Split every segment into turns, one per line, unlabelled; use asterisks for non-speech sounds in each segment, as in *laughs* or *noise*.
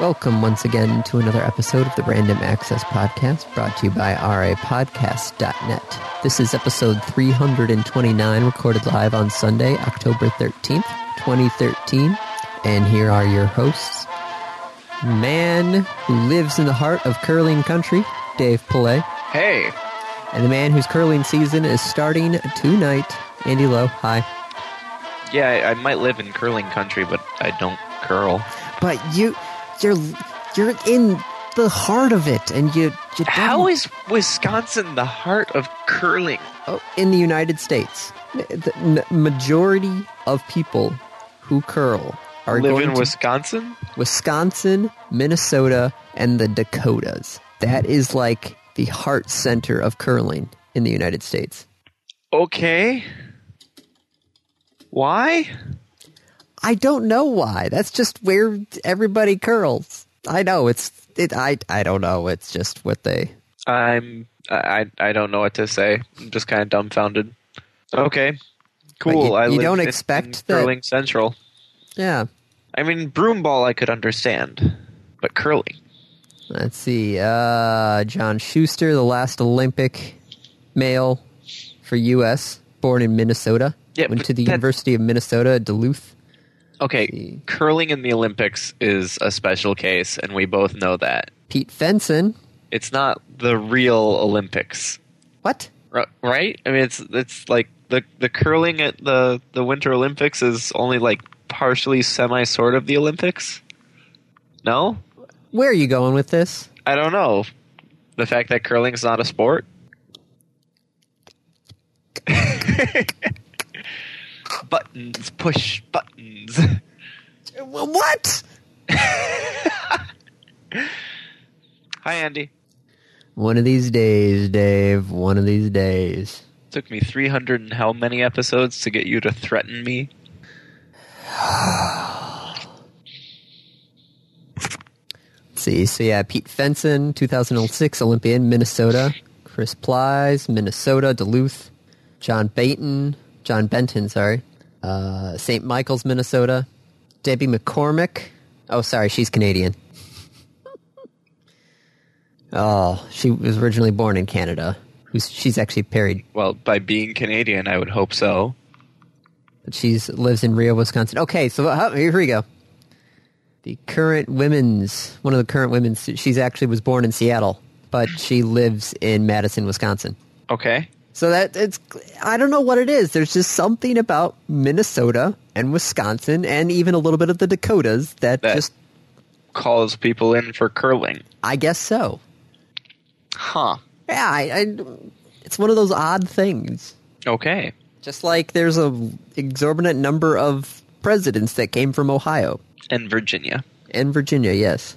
Welcome once again to another episode of the Random Access Podcast brought to you by rapodcast.net. This is episode 329, recorded live on Sunday, October 13th, 2013. And here are your hosts man who lives in the heart of curling country, Dave Pillay,
Hey,
and the man whose curling season is starting tonight, Andy Lowe. Hi.
yeah, I, I might live in curling country, but I don't curl.
But you, you're, you're in the heart of it, and you, you
How is Wisconsin the heart of curling?
Oh, in the United States, the n- majority of people who curl are
Live
going
in
to
Wisconsin?
Wisconsin, Minnesota, and the Dakotas. That is like the heart center of curling in the United States.
Okay. Why?
I don't know why. That's just where everybody curls. I know it's it. I I don't know. It's just what they.
I'm I I I don't know what to say. I'm just kind of dumbfounded. Okay. Cool.
you-
I
you
live
don't
in-
expect
in
that-
curling central.
Yeah.
I mean, broomball I could understand, but curling.
Let's see. Uh, John Schuster, the last Olympic male for U.S., born in Minnesota.
Yeah,
went
but
to the
that's-
University of Minnesota at Duluth.
Okay, curling in the Olympics is a special case, and we both know that.
Pete Fenson.
it's not the real Olympics,
What?
r- right? I mean, it's it's like the the curling at the the Winter Olympics is only like partially semi sort of the Olympics. No,
Where are you going with this?
I don't know. The fact that curling's not a sport. *laughs* buttons, push buttons. Uh,
What?
Hi, Andy.
One of these days, Dave. One of these days.
Took me 300 and how many episodes to get you to threaten me?
Let's see. So yeah, Pete Fenson, 2006 Olympian, Minnesota. Chris Plies, Minnesota, Duluth. John Baton, John Benton, sorry. Uh, St. Michael's, Minnesota. Debbie McCormick. Oh, sorry, she's Canadian. *laughs* oh, she was originally born in Canada. Who's she's actually married?
Well, by being Canadian, I would hope so.
but she's lives in Rio, Wisconsin. Okay, so uh, here we go. The current women's one of the current women's. She's actually was born in Seattle, but she lives in Madison, Wisconsin.
Okay.
So that it's I don't know what it is. There's just something about Minnesota and Wisconsin, and even a little bit of the Dakotas that,
That-
just
Calls people in for curling.
I guess so.
Huh.
Yeah, I, I, it's one of those odd things.
Okay.
Just like there's a exorbitant number of presidents that came from Ohio
And Virginia.
and Virginia. Yes.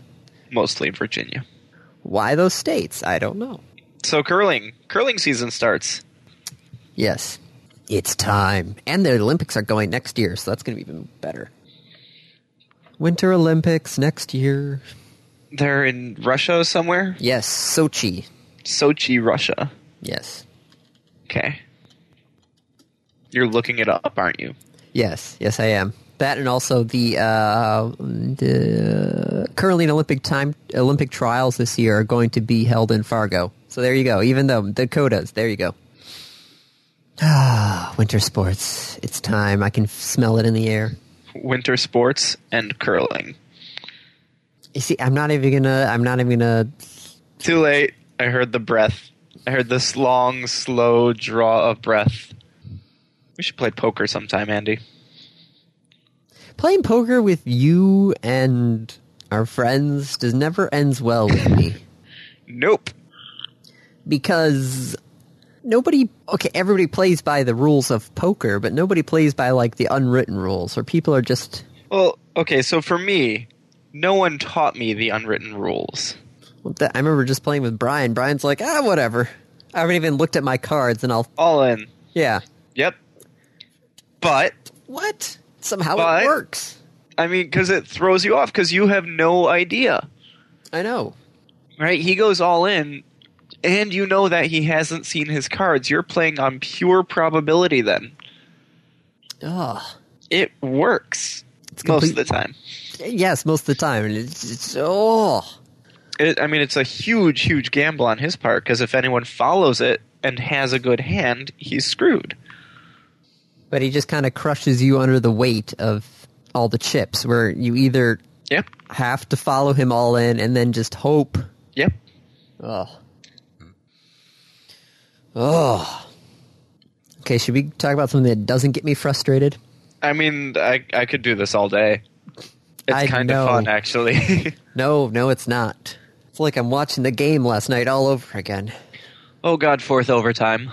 Mostly Virginia.
Why those states? I don't know.
So curling. Curling season starts.
Yes. It's time. And the Olympics are going next year, so that's going to be even better. Winter Olympics next year.
They're in Russia somewhere?
Yes, Sochi.
Sochi, Russia.
Yes.
Okay. You're looking it up, aren't you?
Yes, yes, I am. That and also the, uh, the curling Olympic time Olympic trials this year are going to be held in Fargo. So there you go. Even though Dakotas, there you go. *sighs* Ah, winter sports. It's time. I can smell it in the air.
Winter sports and curling.
You see, I'm not even gonna. I'm not even gonna.
Too late. I heard the breath. I heard this long, slow draw of breath. We should play poker sometime, Andy.
Playing poker with you and our friends does never ends well with me
Nope.
because nobody. Okay, everybody plays by the rules of poker, but nobody plays by like the unwritten rules, where people are just.
Well, okay, so for me, no one taught me the unwritten rules.
I remember just playing with Brian. Brian's like, ah, whatever. I haven't even looked at my cards, and I'll.
All in.
Yeah.
Yep. But
What? Somehow
But-
it works.
I mean, because it throws you off because you have no idea,
I know.
right? He goes all in, and you know that he hasn't seen his cards. You're playing on pure probability. Then
Ugh.
it works.
It's
most
complete,
of the time.
yes, most of the time, and it's, it's oh,
It, I mean, it's a huge, huge gamble on his part because if anyone follows it and has a good hand, he's screwed.
but he just kind of crushes you under the weight of all the chips, where you either
Yep,
have to follow him all in and then just hope.
yep.
Oh, oh. Okay, should we talk about something that doesn't get me frustrated?
I mean, I I could do this all day. It's
I
kind
know.
of fun, actually. *laughs*
No, no, it's not. It's like I'm watching the game last night all over again.
oh God, fourth overtime.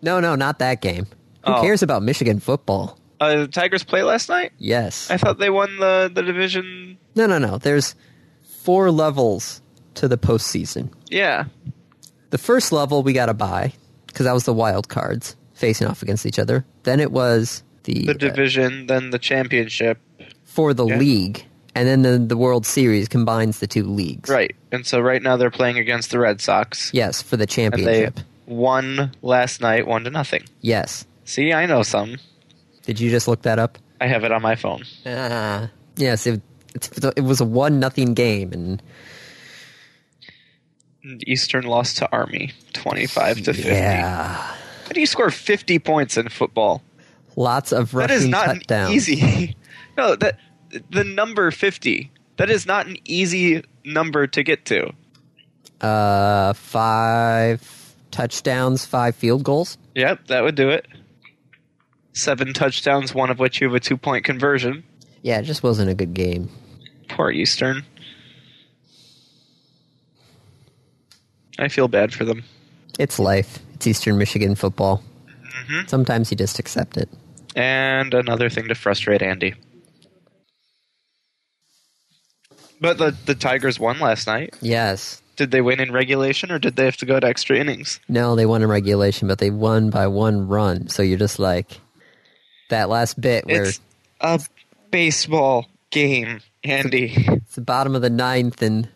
No, no, not that game. Who
Oh.
cares about Michigan football?
Uh, the Tigers play last night.
Yes.
I thought they won the the division.
No, no, no. There's four levels to the postseason.
Yeah,
The first level we got to buy because that was the wild cards facing off against each other. Then it was the,
the
uh,
division, then the championship.
for the
yeah.
league, and then the, the World Series combines the two leagues.
Right, and so right now they're playing against the Red Sox.
Yes, for the
and they
championship.
won last night, one to nothing.
Yes.
See, I know some.
Did you just look that up?
I have it on my phone. Uh.
Ah. Yes. It, it's, it was a one nothing game, and
Eastern lost to Army, twenty-five to fifty.
yeah,
How do you score fifty points in football?
lots of
That is
rushing
not an
touchdowns.
easy. *laughs* no, that the number fifty. That is not an easy number to get to.
Uh, five touchdowns, five field goals.
Yep, that would do it. Seven touchdowns, one of which you have a two-point conversion.
Yeah, it just wasn't a good game.
Poor Eastern. I feel bad for them.
It's life. It's Eastern Michigan football.
Mm-hmm.
Sometimes you just accept it.
And another thing to frustrate Andy. But the, the Tigers won last night.
Yes.
Did they win in regulation or did they have to go to extra innings?
No, they won in regulation, but they won by one run. So you're just like that last bit where
It's
it's,
a baseball game, Andy.
the bottom of the ninth and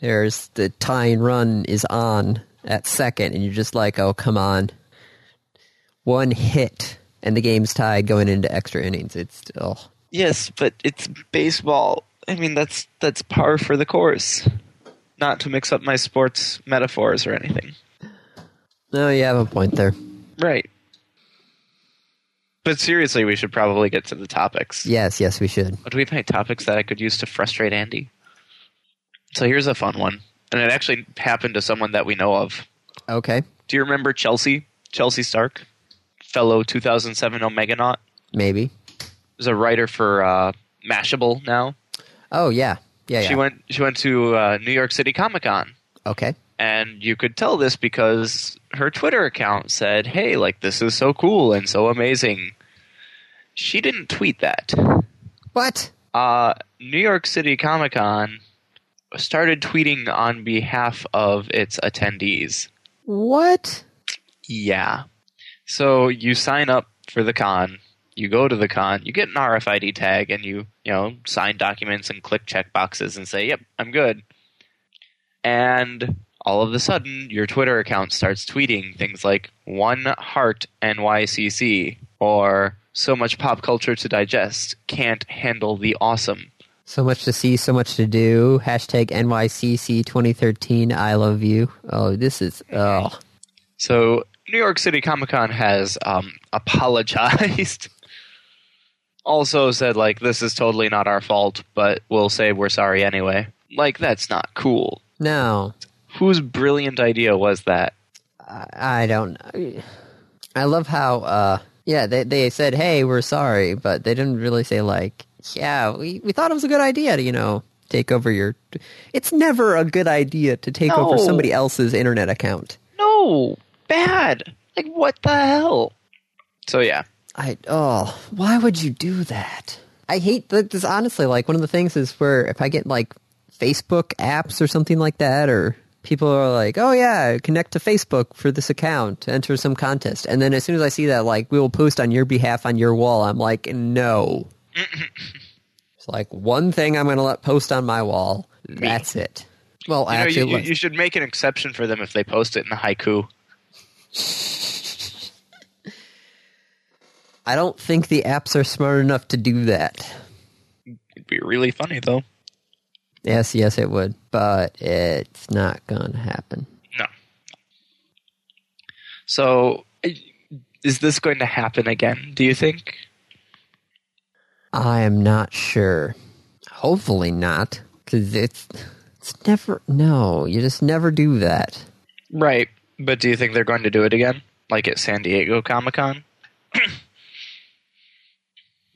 there's the tying run is on at second, and you're just like, oh come on, one hit and the game's tied going into extra innings. It's oh
Yes, but it's baseball. I mean, that's that's par for the course. Not to mix up my sports metaphors or anything.
no, you have a point there.
Right. But seriously, we should probably get to the topics.
Yes, yes, we should.
But do we have any topics that I could use to frustrate Andy? So here's a fun one, and it actually happened to someone that we know of.
Okay,
Do you remember Chelsea? Chelsea Stark, fellow 2007 Omega Naut,
maybe.
is a writer for uh, Mashable now.
Oh yeah, yeah, yeah.
She went. She went to uh, New York City Comic Con,
okay.
and you could tell this because her Twitter account said, "Hey, like this is so cool and so amazing." She didn't tweet that.
What?
uh, New York City Comic Con started tweeting on behalf of its attendees.
What?
Yeah. So you sign up for the con, you go to the con, you get an RFID tag, and you you know sign documents and click check boxes and say, "Yep, I'm good." And all of a sudden, your Twitter account starts tweeting things like "One Heart NYCC" or "So much pop culture to digest, can't handle the awesome."
So much to see, so much to do. Hashtag NYCC 2013. I love you. Oh, this is oh
So New York City Comic Con has um, apologized. *laughs* also said like this is totally not our fault, but we'll say we're sorry anyway. Like that's not cool.
no.
Whose brilliant idea was that?
I, I don't. I love how. uh Yeah, they they said, "Hey, we're sorry," but they didn't really say like, "Yeah, we we thought it was a good idea to you know take over your." It's never a good idea to take over
No.
somebody else's internet account.
No, bad. Like what the hell? So yeah,
I oh, why would you do that? I hate that. This honestly, like one of the things is where if I get like Facebook apps or something like that, or people are like, "Oh yeah, connect to Facebook for this account, enter some contest," and then as soon as I see that, like we will post on your behalf on your wall, I'm like, *laughs* no. it's like one thing I'm going to let post on my wall. That's it. Well,
you, know, you-
actually,
you,
let-
you should make an exception for them if they post it in the haiku.
I don't think the apps are smart enough to do that.
It'd be really funny though.
Yes, yes, it would, but it's not gonna happen.
So, is this going to happen again? Do you think?
I am not sure. Hopefully not, because it's it's never. No, you just never do that.
Right, but do you think they're going to do it again, like at San Diego Comic Con?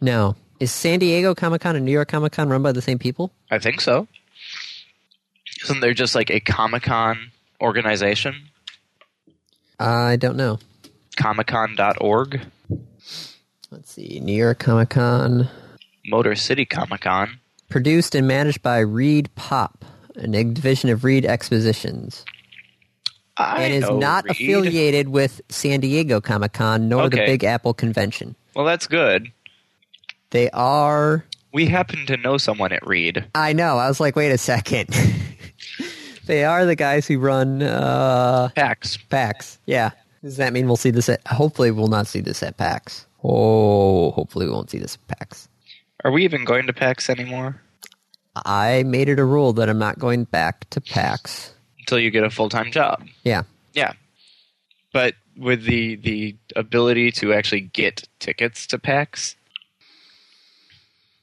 No, is San Diego Comic Con and New York Comic Con run by the same people?
I think so. Isn't there just like a Comic Con organization?
I don't know.
ComicCon.org,
Let's see. New York Comic Con,
Motor City Comic Con.
produced and managed by Reed Pop, an eg- division of Reed Expositions,
I
and is
know,
not
Reed.
affiliated with San Diego Comic Con nor the
Okay.
Big Apple Convention.
Well, that's good.
They are.
We happen to know someone at Reed.
I know. I was like, wait a second. *laughs* they are the guys who run uh,
PAX.
PAX. Yeah. Does that mean we'll see this at? Hopefully, we'll not see this at PAX. Oh, hopefully, we won't see this at PAX.
Are we even going to PAX anymore?
I made it a rule that I'm not going back to PAX.
Until you get a full time job.
Yeah.
Yeah. But with the the ability to actually get tickets to PAX,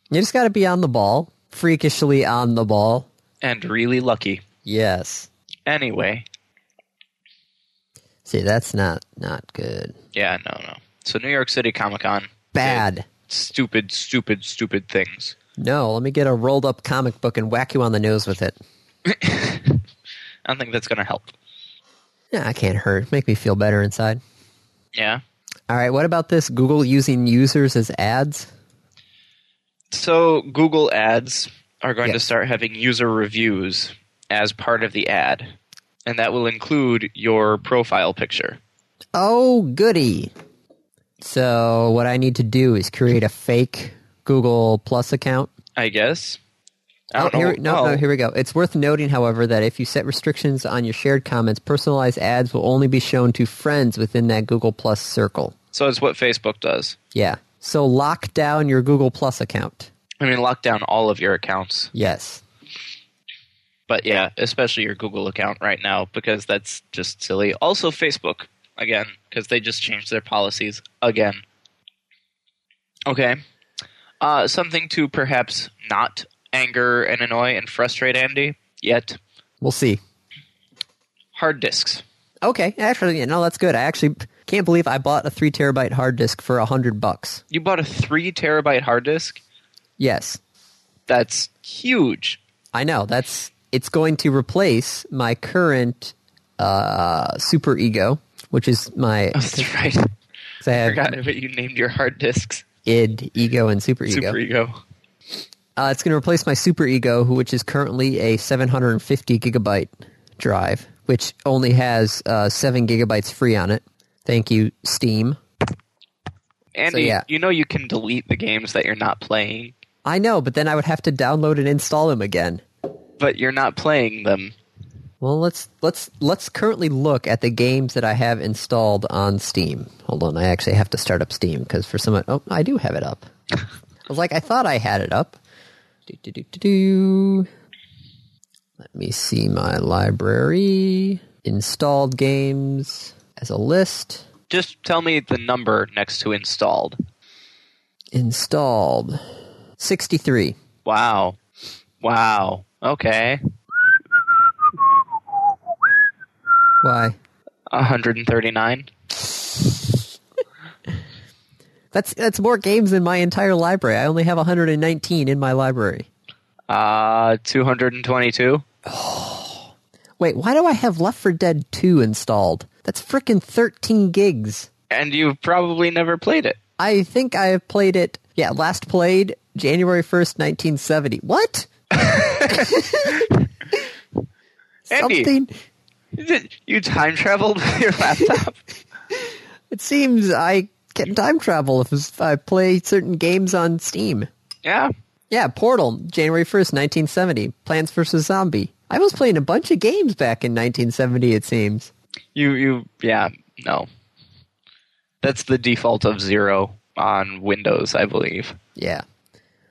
You just got to be on the ball, freakishly on the ball.
and really lucky.
Yes.
Anyway,
See, that's not not good.
yeah, no, no. So New York City Comic Con,
Bad.
stupid, stupid, stupid things.
No, let me get a rolled up comic book and whack you on the nose with it.
I don't think that's going to help.
Nah, I can't hurt. Make me feel better inside.
Yeah.
All right, what about this Google using users as ads?
So Google Ads are going to
Yes.
start having user reviews as part of the ad, and that will include your profile picture.
Oh, goody. So, what I need to do is create a fake Google Plus account.
I guess. I
Oh,
don't
here,
know.
no,
oh,
no, here we go. It's worth noting, however, that if you set restrictions on your shared comments, personalized ads will only be shown to friends within that Google Plus circle.
So it's what Facebook does.
Yeah. So lock down your Google Plus account.
I mean, lock down all of your accounts,
Yes.
but yeah, especially your Google account right now because that's just silly. Also, Facebook again because they just changed their policies again. Okay, uh, something to perhaps not anger and annoy and frustrate Andy yet.
We'll see.
Hard disks.
Okay. Actually, yeah, no, that's good. I actually can't believe I bought a three terabyte hard disk for a hundred bucks.
You bought a three terabyte hard disk.
Yes.
That's huge.
I know. That's it's going to replace my current uh, super ego, which is
*laughs*
my
That's right.
*laughs* I
I
have
forgot what you named your hard disks.
id, ego, and super ego.
Super ego.
Uh, it's going to replace my Super Ego, who- which is currently a 750 gigabyte drive, which only has uh, seven gigabytes free on it. Thank you, Steam.
Andy,
yeah.
you know you can delete the games that you're not playing,
I know, but then I would have to download and install them again.
but you're not playing them.
Well, let's let's let's currently look at the games that I have installed on Steam. Hold on, I actually have to start up Steam because for some oh, I do have it up. I was like, I thought I had it up. Do, do, do, do, do. Let me see my library. Installed games as a list.
Just tell me the number next to installed.
Installed sixty-three.
Wow. Wow. Okay.
Why?
139.
That's that's more games than my entire library. I only have one hundred and nineteen in my library.
Uh 222.
Wait, why do I have Left 4 Dead 2 installed? That's frickin' 13 gigs.
And you've probably never played it.
I think I have played it, yeah, last played January 1st, 1970. What?
Andy.
Something.
You time traveled *laughs* with your laptop.
It seems I can time travel if I play certain games on Steam.
yeah.
Yeah, Portal, January 1st, 1970. Plants vs. Zombie. I was playing a bunch of games back in 1970, it seems.
You you yeah, no. That's the default of 0 on Windows, I believe.
Yeah.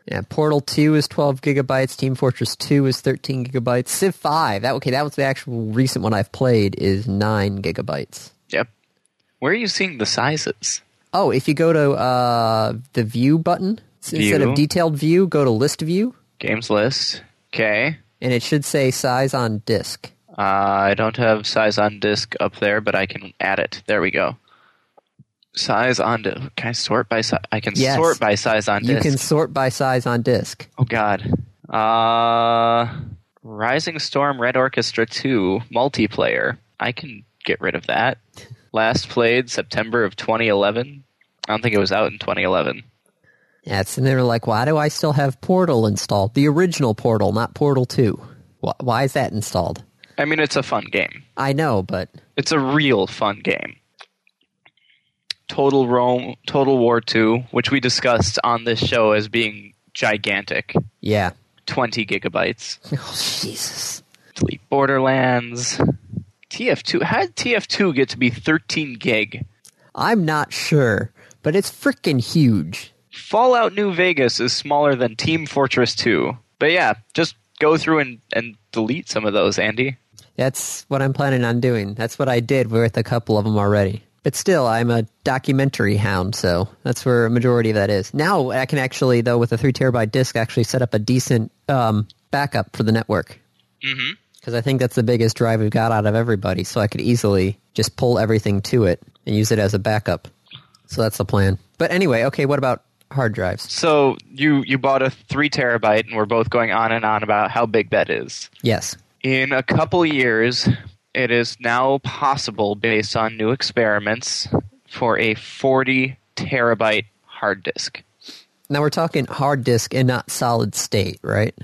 Yeah, Portal 2 is 12 gigabytes. Team Fortress 2 is 13 gigabytes. Civ 5, that okay, that was the actual recent one I've played, is 9 gigabytes.
Yep. Where are you seeing the sizes?
Oh, if you go to uh, the View button, s- instead
View.
of Detailed View, go to List View,
Games list. Okay.
and it should say Size on Disk.
Uh, I don't have size on disk up there, but I can add it. There we go. Size on disk. Can I sort by size? I can
Yes.
sort by size on
You
disk.
can sort by size on disk.
Oh God. Uh, Rising Storm Red Orchestra 2 multiplayer. I can get rid of that. Last played September of 2011. I don't think it was out in 2011.
Yes, and they were like, why do I still have Portal installed? The original Portal, not Portal 2. Why, why is that installed?
I mean, it's a fun game.
I know, but
It's a real fun game. Total Rome, Total War 2, which we discussed on this show as being gigantic,
yeah. *laughs*
20 gigabytes.
Oh, Jesus.
Complete Borderlands, TF2. How did TF2 get to be 13 gig?
I'm not sure, but it's freaking huge.
Fallout New Vegas is smaller than Team Fortress 2. But yeah, just go through and, and delete some of those, Andy.
That's what I'm planning on doing. That's what I did with a couple of them already. But still, I'm a documentary hound, so that's where a majority of that is. Now I can actually, though, with a three terabyte disk, actually set up a decent um, backup for the network.
Mm-hmm.
Because I think that's the biggest drive we've got out of everybody, so I could easily just pull everything to it and use it as a backup. So that's the plan. But anyway, okay, what about hard drives?
So you, you bought a 3 terabyte, and we're both going on and on about how big that is.
Yes.
In a couple years, it is now possible, based on new experiments, for a 40 terabyte hard disk.
Now we're talking hard disk and not solid state, right?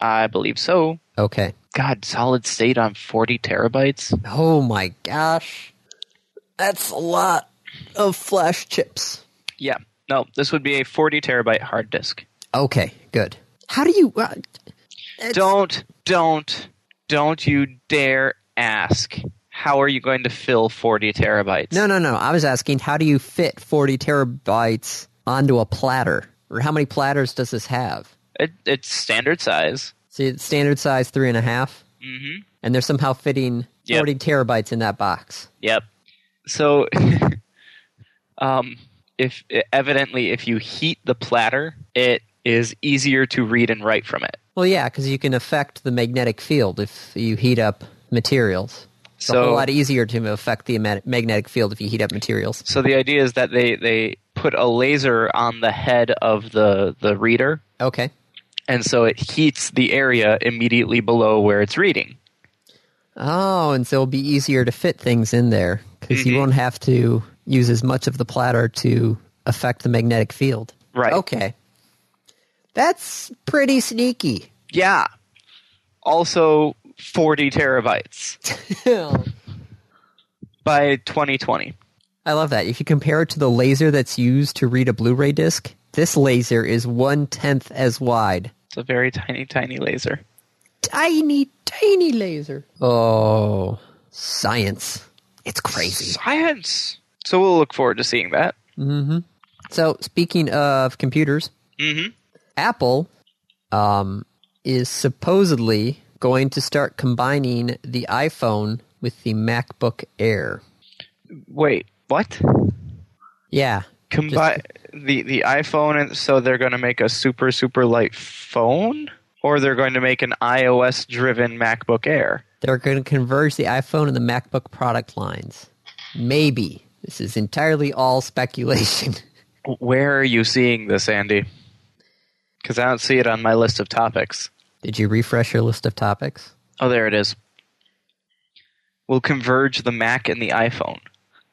I believe so.
Okay.
God, solid state on 40 terabytes?
Oh my gosh. That's a lot of flash chips.
Yeah. No, this would be a 40 terabyte hard disk.
Okay, good. How do you. Uh, it's-
Don't, don't, don't you dare ask. How are you going to fill 40 terabytes?
No, no, no. I was asking, how do you fit 40 terabytes onto a platter? Or how many platters does this have?
It, it's standard size.
See, it's standard size three and a half,
hmm
and they're somehow fitting
Yep.
40 terabytes in that box.
Yep. So, *laughs* um, if evidently if you heat the platter, it is easier to read and write from it.
Well, yeah, because you can affect the magnetic field if you heat up materials. It's a
So-
whole lot easier to affect the ma- magnetic field if you heat up materials.
So the idea is that they they put a laser on the head of the the reader,
Okay.
and so it heats the area immediately below where it's reading.
Oh, and so it'll be easier to fit things in there because
Mm-hmm.
you won't have to use as much of the platter to affect the magnetic field.
Right.
Okay. That's pretty sneaky. *laughs*
Yeah. Also, forty terabytes
I
by 2020.
love that. If you compare it to the laser that's used to read a Blu ray disc, this laser is one tenth as wide.
It's a very tiny, tiny laser.
Tiny, tiny laser. Oh, science. It's crazy.
Science. So we'll look forward to seeing that.
So, speaking of computers,
Mm-hmm.
Apple um, is supposedly going to start combining the iPhone with the MacBook Air.
Wait, what?
Yeah,
Combine the the iPhone, and so they're going to make a super super light phone, or they're going to make an iOS driven MacBook Air.
they're going to converge the iPhone and the MacBook product lines. Maybe this is entirely all speculation. *laughs*
Where are you seeing this, Andy? Because I don't see it on my list of topics.
Did you refresh your list of topics?
Oh, there it is. We'll converge the Mac and the iPhone.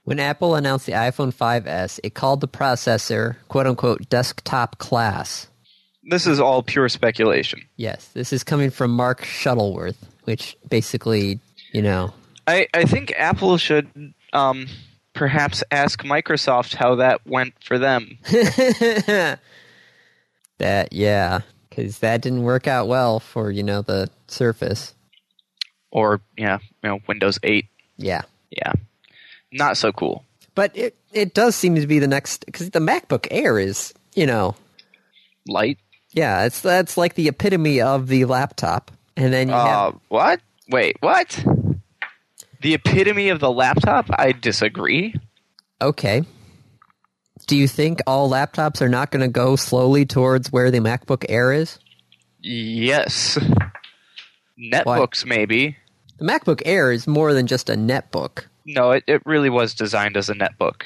When Apple announced the iPhone 5S, it called the processor "quote unquote" desktop class.
This is all pure speculation.
Yes, this is coming from Mark Shuttleworth, which basically, you know, *laughs*
I, I think Apple should um, perhaps ask Microsoft how that went for them.
That yeah, because that didn't work out well for you know the Surface.
or, yeah, you know, Windows 8.
Yeah,
Yeah. Not so cool.
but it it does seem to be the next because the MacBook Air is you know
Light.
Yeah, it's that's like the epitome of the laptop. And then you
Uh,
have
what? Wait, what? The epitome of the laptop? I disagree.
okay. Do you think all laptops are not going to go slowly towards where the MacBook Air is?
Yes. Netbooks, maybe.
The MacBook Air is more than just a netbook.
No, it, it really was designed as a netbook.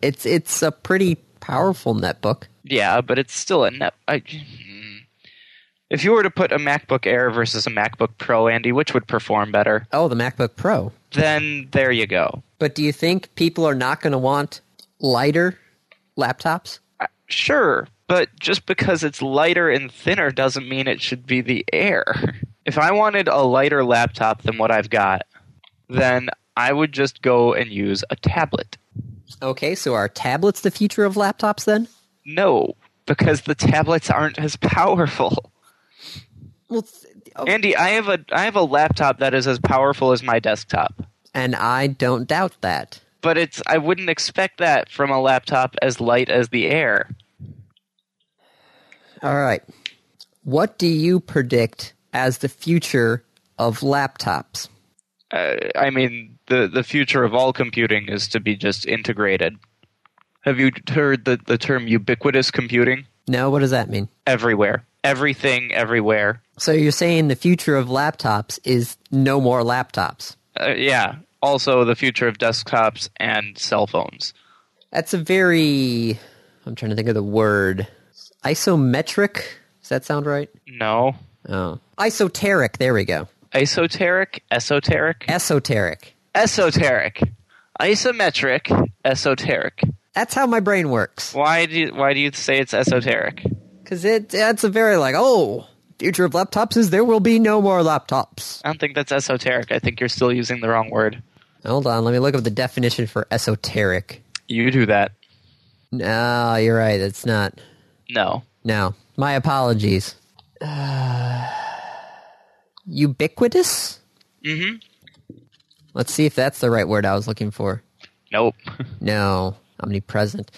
It's it's a pretty powerful netbook.
Yeah, but it's still a net. I, hmm. if you were to put a MacBook Air versus a MacBook Pro, Andy, which would perform better?
Oh, the MacBook Pro.
Then there you go.
But do you think people are not going to want lighter laptops?
Sure, but just because it's lighter and thinner doesn't mean it should be the Air. *laughs* If I wanted a lighter laptop than what I've got, then I would just go and use a tablet.
Okay, so are tablets the future of laptops then?
No, because the tablets aren't as powerful.
Well, th- oh,
Andy, I have a I have a laptop that is as powerful as my desktop.
and I don't doubt that.
but it's I wouldn't expect that from a laptop as light as the Air.
All right. What do you predict as the future of laptops?
Uh, I mean, the the future of all computing is to be just integrated. Have you heard the, the term ubiquitous computing?
No, what does that mean?
Everywhere, everything, everywhere.
So you're saying the future of laptops is no more laptops.
Uh, yeah. Also, the future of desktops and cell phones.
That's a very I'm trying to think of the word. Isometric? Does that sound right?
No,
Oh. Isoteric, there we go.
esoteric, esoteric,
Esoteric.
esoteric, isometric, esoteric.
That's how my brain works.
Why do you, why do you say it's esoteric?
Cuz it that's a very like, oh, future of laptops is there will be no more laptops.
I don't think that's esoteric. I think you're still using the wrong word.
Hold on, let me look up the definition for esoteric.
You do that.
No, you're right. It's not.
No.
No. My apologies. Uh, ubiquitous?
Mm-hmm.
Let's see if that's the right word I was looking for.
Nope. *laughs*
No. Omnipresent.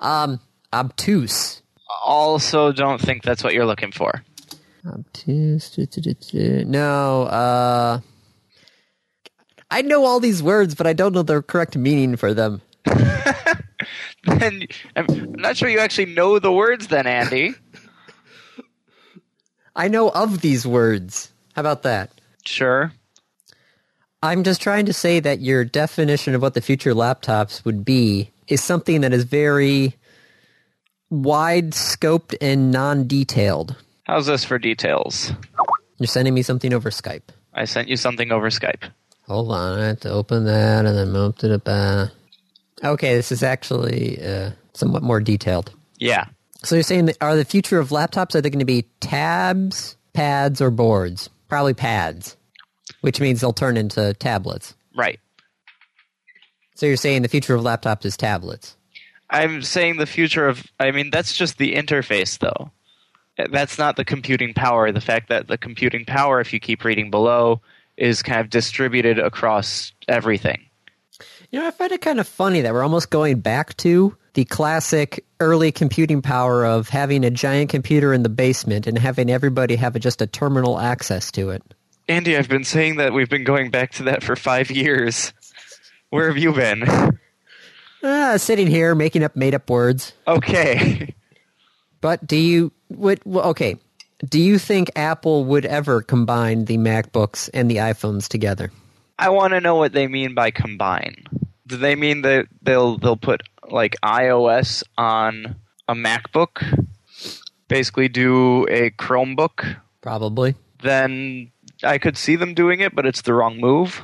Um, obtuse.
Also, don't think that's what you're looking for. *laughs*
Obtuse. duh, duh, duh, duh. No. Uh, I know all these words, but I don't know the correct meaning for them.
Then I'm I'm not sure you actually know the words, then, Andy.
I know of these words. How about that?
*laughs* sure.
I'm just trying to say that your definition of what the future laptops would be is something that is very wide scoped and non detailed.
How's this for details?
You're sending me something over Skype.
I sent you something over Skype.
Hold on, I have to open that and then move to the back. Okay, this is actually uh, somewhat more detailed.
Yeah.
So you're saying that are the future of laptops are they going to be tabs, pads, or boards? Probably pads, which means they'll turn into tablets.
Right.
So you're saying the future of laptops is tablets.
I'm saying the future of. I mean, that's just the interface, though. Eh, That's not the computing power. The fact that the computing power, if you keep reading below, is kind of distributed across everything.
You know, I find it kind of funny that we're almost going back to the classic early computing power of having a giant computer in the basement and having everybody have just a terminal access to it.
Andy, I've been saying that we've been going back to that for five years. Where have you been? *laughs*
Ah, sitting here making up made up words.
Okay.
But do you what well, okay, do you think Apple would ever combine the MacBooks and the iPhones together?
I want to know what they mean by combine. Do they mean that they'll they'll put like iOS on a MacBook? Basically do a Chromebook?
Probably.
Then I could see them doing it, but it's the wrong move.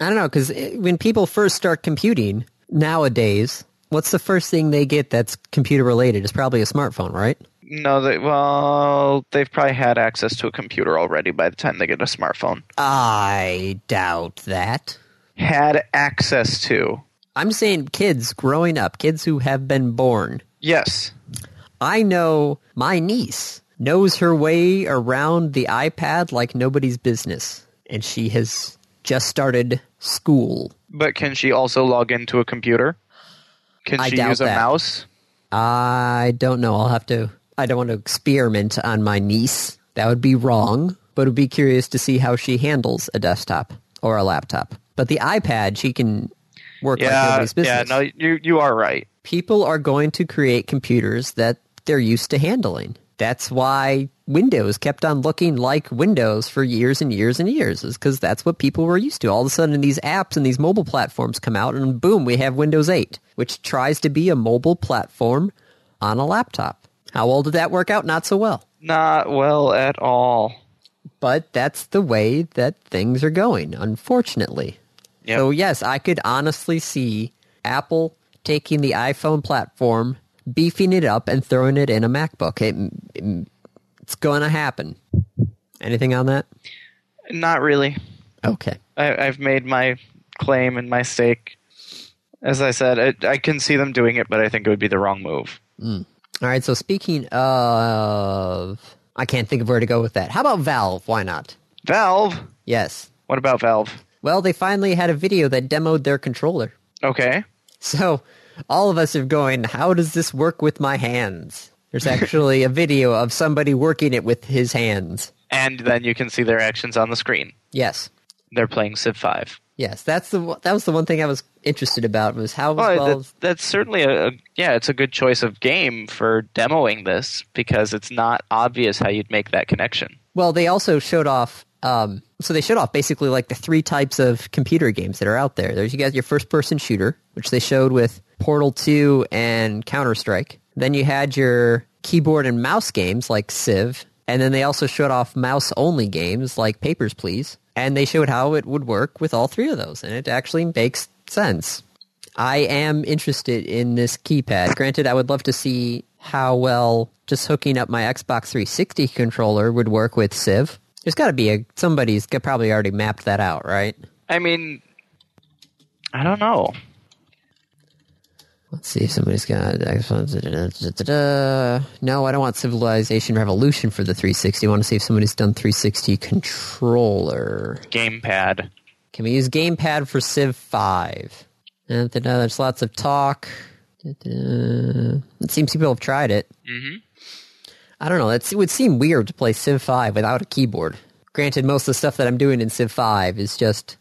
I don't know cuz when people first start computing nowadays, what's the first thing they get that's computer related? It's probably a smartphone, right?
No, they well, they've probably had access to a computer already by the time they get a smartphone.
I doubt that.
Had access to.
I'm saying kids growing up, kids who have been born.
Yes.
I know my niece knows her way around the iPad like nobody's business, and she has just started school.
But can she also log into a computer? Can
I
she
doubt
use a
that.
mouse?
I don't know. I'll have to I don't want to experiment on my niece. That would be wrong, but would be curious to see how she handles a desktop or a laptop. But the iPad, she can work like
Yeah,
nobody's business.
yeah. No, you you are right.
People are going to create computers that they're used to handling. That's why Windows kept on looking like Windows for years and years and years, is because that's what people were used to. All of a sudden, these apps and these mobile platforms come out, and boom, we have Windows 8, which tries to be a mobile platform on a laptop. How well did that work out? Not so well.
Not well at all.
But that's the way that things are going, unfortunately.
Yep.
So yes, I could honestly see Apple taking the iPhone platform, beefing it up, and throwing it in a MacBook. It, it- it's going to happen. Anything on that?
Not really.
Okay.
I, I've made my claim and my stake. As I said, I, I can see them doing it, but I think it would be the wrong move.
All right. So speaking of, I can't think of where to go with that. How about Valve? Why not?
Valve.
Yes.
What about Valve?
Well, they finally had a video that demoed their controller.
Okay.
So all of us are going, how does this work with my hands? There's actually a video of somebody working it with his hands.
And then you can see their actions on the screen.
Yes.
They're playing Civ 5.
Yes, that's the one- that was the one thing I was interested about was how
Well,
well
that, that's certainly a, a yeah, it's a good choice of game for demoing this because it's not obvious how you'd make that connection.
well they also showed off um, so they showed off basically like the three types of computer games that are out there. There's you got your first person shooter, which they showed with Portal 2 and Counter Strike. Then you had your keyboard and mouse games like Civ, and then they also showed off mouse only games like Papers Please, and they showed how it would work with all three of those, and it actually makes sense. I am interested in this keypad. Granted, I would love to see how well just hooking up my Xbox 360 controller would work with Civ. There's got to be a somebody's got- probably already mapped that out, right?
I mean, I don't know.
Let's see if somebody's got Xbox. No, I don't want Civilization Revolution for the 360. I want to see if somebody's done 360 controller.
Gamepad.
Can we use gamepad for Civ 5? And then, uh, There's lots of talk. Da-da. It seems people have tried it. Mm-hmm. I don't know. It's, it would seem weird to play Civ 5 without a keyboard. Granted, most of the stuff that I'm doing in Civ 5 is just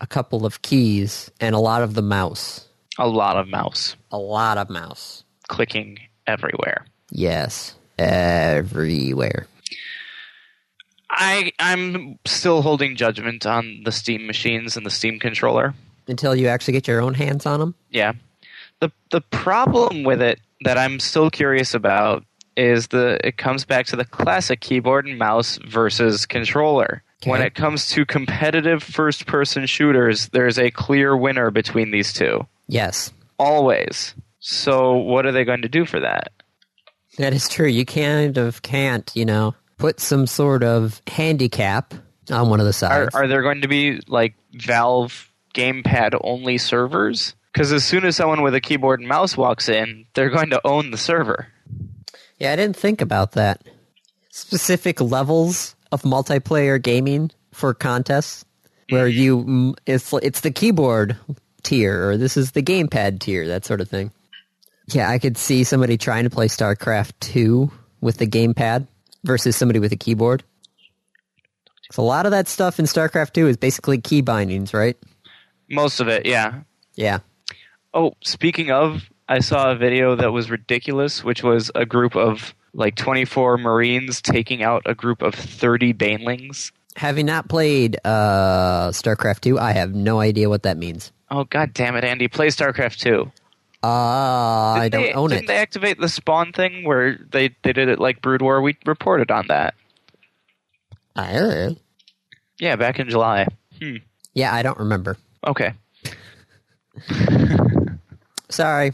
a couple of keys and a lot of the mouse.
A lot of mouse
A lot of mouse.
clicking everywhere.
Yes. Everywhere.
I I'm still holding judgment on the Steam machines and the Steam controller.
Until you actually get your own hands on them.
Yeah. The the problem with it that I'm still curious about is the it comes back to the classic keyboard and mouse versus controller. When
Okay.
it comes to competitive first person shooters, there's a clear winner between these two.
Yes.
Always. So what are they going to do for that?
That is true. You kind of can't, you know, put some sort of handicap on one of the
Are
sides.
are there going to be like Valve gamepad only servers? Because as soon as someone with a keyboard and mouse walks in, they're going to own the server.
yeah, I didn't think about that. Specific levels of multiplayer gaming for contests where
Mm-hmm.
you mm, it's it's the keyboard tier or this is the gamepad tier, that sort of thing. Yeah, I could see somebody trying to play StarCraft 2 with the gamepad versus somebody with a keyboard. 'Cause a lot of that stuff in StarCraft 2 is basically key bindings, right?
Most of it, yeah.
Yeah.
Oh, speaking of, I saw a video that was ridiculous, which was a group of like 24 Marines taking out a group of 30 Banelings.
Having not played uh, StarCraft 2, I have no idea what that means.
Oh god damn it, Andy! Play StarCraft two.
Uh, I don't
They-
own
didn't
it.
they activate the spawn thing where they they did it like Brood War? We reported on that.
I don't know.
Yeah, back in July. Hmm.
yeah, I don't remember.
Okay.
Sorry.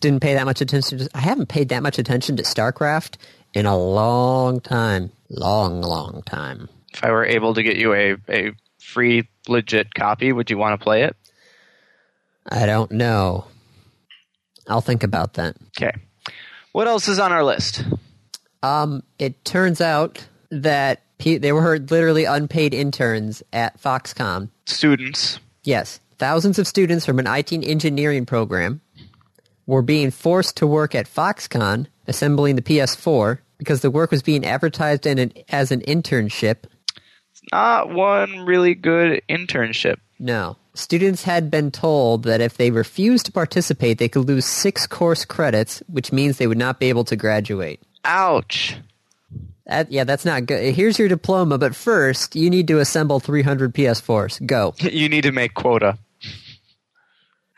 Didn't pay that much attention to I haven't paid that much attention to StarCraft in a long time. Long, long time.
If I were able to get you a a free legit copy, would you want to play it?
I don't know. I'll think about that.
Okay. What else is on our list?
Um, it turns out that pe- they were literally unpaid interns at Foxconn
Students.
Yes, thousands of students from an IT engineering program were being forced to work at Foxconn assembling the PS4 because the work was being advertised in an, as an internship.
Not one really good internship.
No. Students had been told that if they refused to participate, they could lose six course credits, which means they would not be able to graduate.
Ouch. *laughs*
That, yeah, that's not good. Here's your diploma, but first, you need to assemble 300 PS4s. Go.
You need to make quota.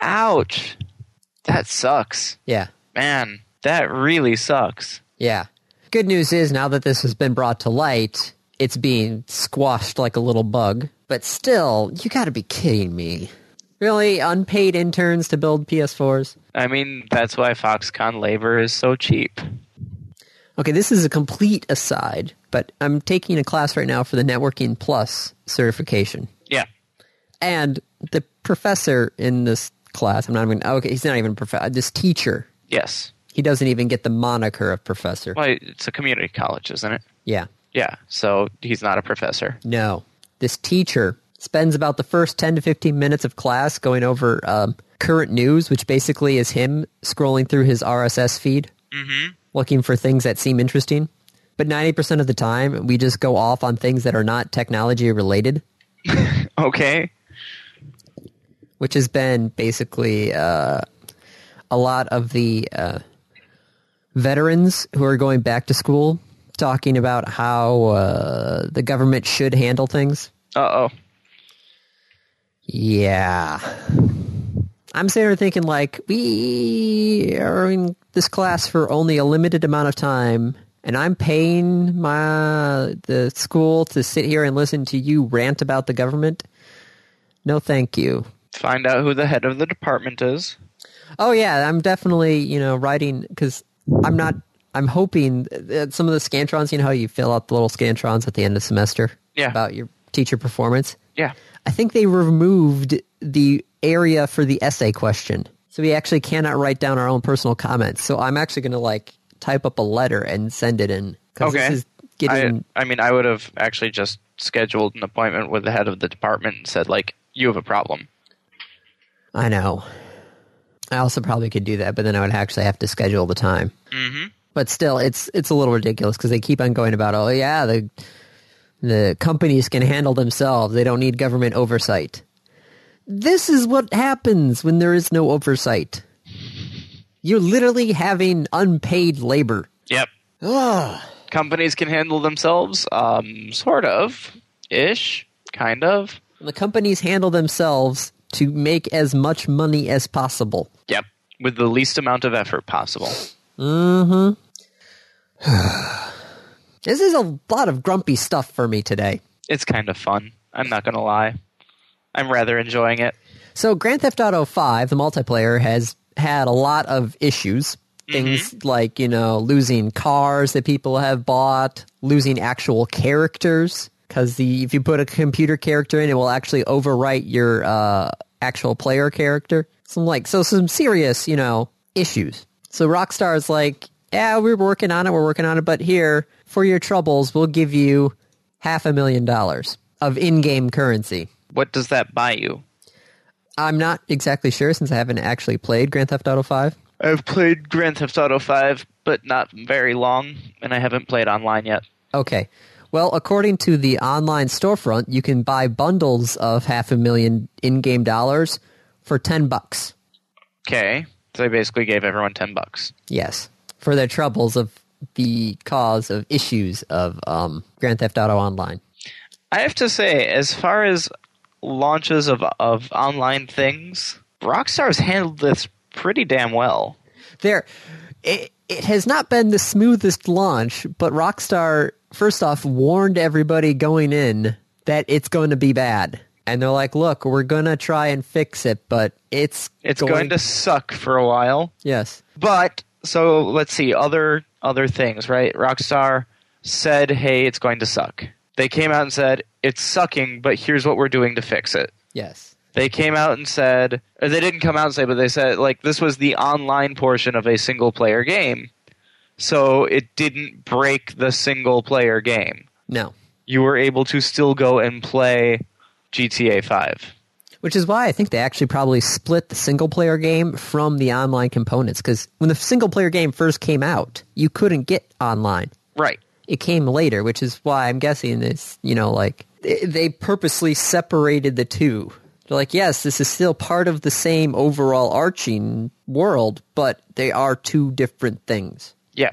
Ouch. That sucks.
Yeah.
Man, that really sucks.
Yeah. Good news is now that this has been brought to light, it's being squashed like a little bug. But still, you gotta be kidding me. Really? Unpaid interns to build PS4s?
I mean, that's why Foxconn labor is so cheap.
Okay, this is a complete aside, but I'm taking a class right now for the Networking Plus certification.
Yeah.
And the professor in this class, I'm not even, okay, he's not even a professor, this teacher,
Yes.
he doesn't even get the moniker of professor.
Well, it's a community college, isn't it?
Yeah.
Yeah. So he's not a professor.
No. This teacher spends about the first 10 to 15 minutes of class going over um, current news, which basically is him scrolling through his RSS feed, looking for things that seem interesting. But 90% of the time, we just go off on things that are not technology related,
Okay.
which has been basically uh, a lot of the uh, veterans who are going back to school talking about how uh, the government should handle things.
Uh oh.
Yeah. I'm sitting there thinking, like, we are in this class for only a limited amount of time, and I'm paying my the school to sit here and listen to you rant about the government. No, thank you.
Find out who the head of the department is.
Oh yeah, I'm definitely you know writing because I'm not. I'm hoping that some of the scantrons. You know how you fill out the little scantrons at the end of semester
Yeah.
about your teacher performance.
Yeah.
I think they removed the area for the essay question. So we actually cannot write down our own personal comments. So I'm actually going to like type up a letter and send it in. 'Cause
Okay.
This is getting,
I, I mean, I would have actually just scheduled an appointment with the head of the department and said, like, you have a problem.
I, know. I also probably could do that, but then I would actually have to schedule the time. Mm-hmm. But still, it's it's a little ridiculous because they keep on going about, oh yeah, the the companies can handle themselves; they don't need government oversight. This is what happens when there is no oversight. You're literally having unpaid labor.
Yep. Companies can handle themselves, um, sort of, ish, kind of.
The companies handle themselves to make as much money as possible.
Yep. With the least amount of effort possible.
This is a lot of grumpy stuff for me today.
It's kind of fun. I'm not going to lie. I'm rather enjoying it.
So Grand Theft Auto 5, the multiplayer has had a lot of issues. Things like, you know, losing cars that people have bought, losing actual characters cuz the if you put a computer character in it will actually overwrite your uh actual player character. Some like so some serious, you know, issues. So Rockstar is like, "Yeah, we're working on it, we're working on it, but here, for your troubles, we'll give you half a million dollars of in-game currency."
What does that buy you?
I'm not exactly sure since I haven't actually played Grand Theft Auto 5.
I've played Grand Theft Auto 5, but not very long, and I haven't played online yet.
Okay. Well, according to the online storefront, you can buy bundles of half a million in-game dollars for 10 bucks.
Okay. So I basically gave everyone 10 bucks.
Yes. For their troubles of the cause of issues of um, Grand Theft Auto Online.
I have to say, as far as launches of, of online things, Rockstar's handled this pretty damn well.
There it, it has not been the smoothest launch, but Rockstar first off warned everybody going in that it's going to be bad. And they're like, "Look, we're going to try and fix it, but it's
It's going, to suck for a while,
Yes.
but so let's see other other things, right? Rockstar said, "Hey, it's going to suck." They came out and said, "It's sucking, but here's what we're doing to fix it."
Yes.
They came out and said, or they didn't come out and say, but they said, like, this was the online portion of a single player game. So it didn't break the single player game.
No.
you were able to still go and play GTA 5.
Which is why I think they actually probably split the single player game from the online components. Because when the single player game first came out, you couldn't get online.
Right.
It came later, which is why I'm guessing this, you know, like they- they purposely separated the two. They're like, yes, this is still part of the same overall arching world, but they are two different things.
Yeah.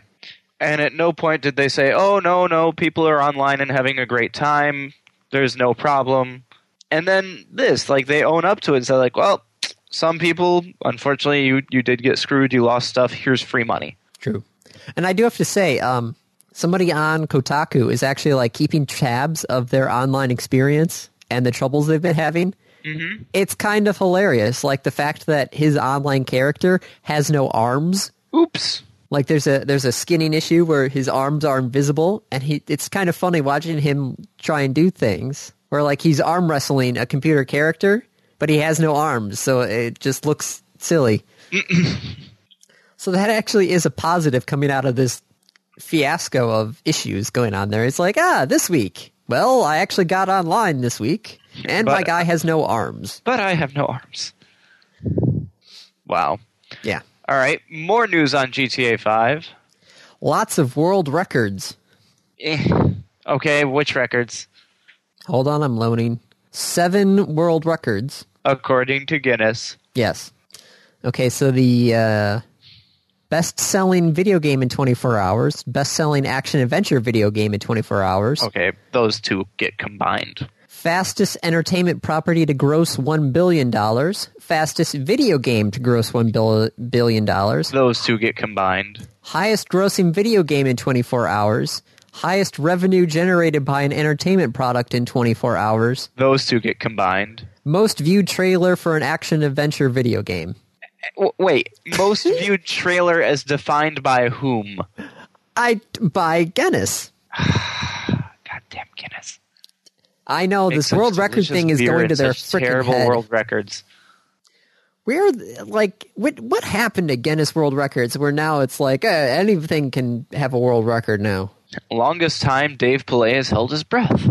And at no point did they say, oh, no, no, people are online and having a great time. There's no problem. And then this, like, they own up to it and say, like, well, some people, unfortunately, you, you did get screwed. You lost stuff. Here's free money.
True. And I do have to say, um, somebody on Kotaku is actually like keeping tabs of their online experience and the troubles they've been having. Mm-hmm. It's kind of hilarious, like the fact that his online character has no arms.
Oops.
Like there's a there's a skinning issue where his arms are invisible, and he it's kind of funny watching him try and do things where like he's arm wrestling a computer character, but he has no arms, so it just looks silly. so that actually is a positive coming out of this fiasco of issues going on there. It's like ah, this week. Well, I actually got online this week, and my
But-
guy has no arms.
But I have no arms. Wow.
Yeah,
All right. More news on GTA 5.
lots of world records.
Eh. Okay. Which records?
Hold on, I'm loading seven world records.
According to Guinness.
Yes. Okay, so the uh, best-selling video game in 24 hours, best-selling action-adventure video game in 24 hours,
Okay. Those two get combined.
fastest entertainment property to gross $1 billion, fastest video game to gross $1 bil- billion,
Those two get combined.
highest grossing video game in 24 hours, highest revenue generated by an entertainment product in 24 hours,
Those two get combined.
most viewed trailer for an action-adventure video game.
W- wait,
*laughs*
most viewed trailer as defined by whom?
I, by Guinness.
Goddamn Guinness.
I know
Makes
this
such
world record
delicious
thing is
beer
going
and
to their
such
freaking
terrible
head.
world records.
Where, like, what what happened to Guinness World Records? Where now it's like uh, anything can have a world record now.
Longest time Dave Pillay has held his breath.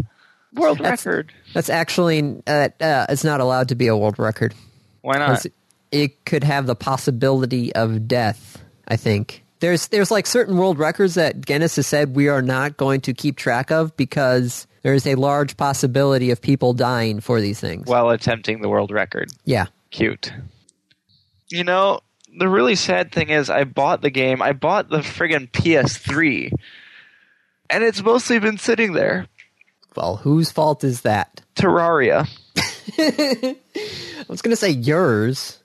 World
That's-
record.
That's actually uh, uh, it's not allowed to be a world record.
Why not?
It's- It could have the possibility of death. I think there's there's like certain world records that Guinness has said we are not going to keep track of because there is a large possibility of people dying for these things.
While attempting the world record.
yeah,
Cute. You know, the really sad thing is I bought the game. I bought the friggin' PS3. And it's mostly been sitting there.
well, whose fault is that?
Terraria.
I was going to say yours.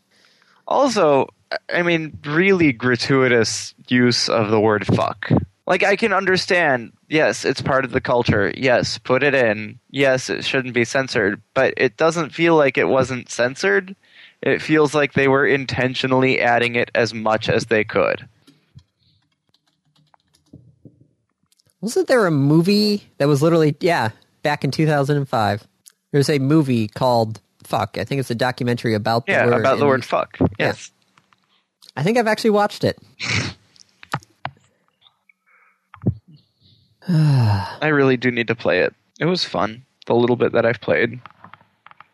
Also, I mean, really gratuitous use of the word fuck. Like, I can understand, yes, it's part of the culture. Yes, put it in. Yes, it shouldn't be censored. But it doesn't feel like it wasn't censored. It feels like they were intentionally adding it as much as they could.
Wasn't there a movie that was literally, yeah, back in 2005? There was a movie called Fuck. I think it's a documentary about the
Yeah,
word.
about the
and-
word fuck. Yes.
I think I've actually watched it.
I really do need to play it. It was fun, the little bit that I've played.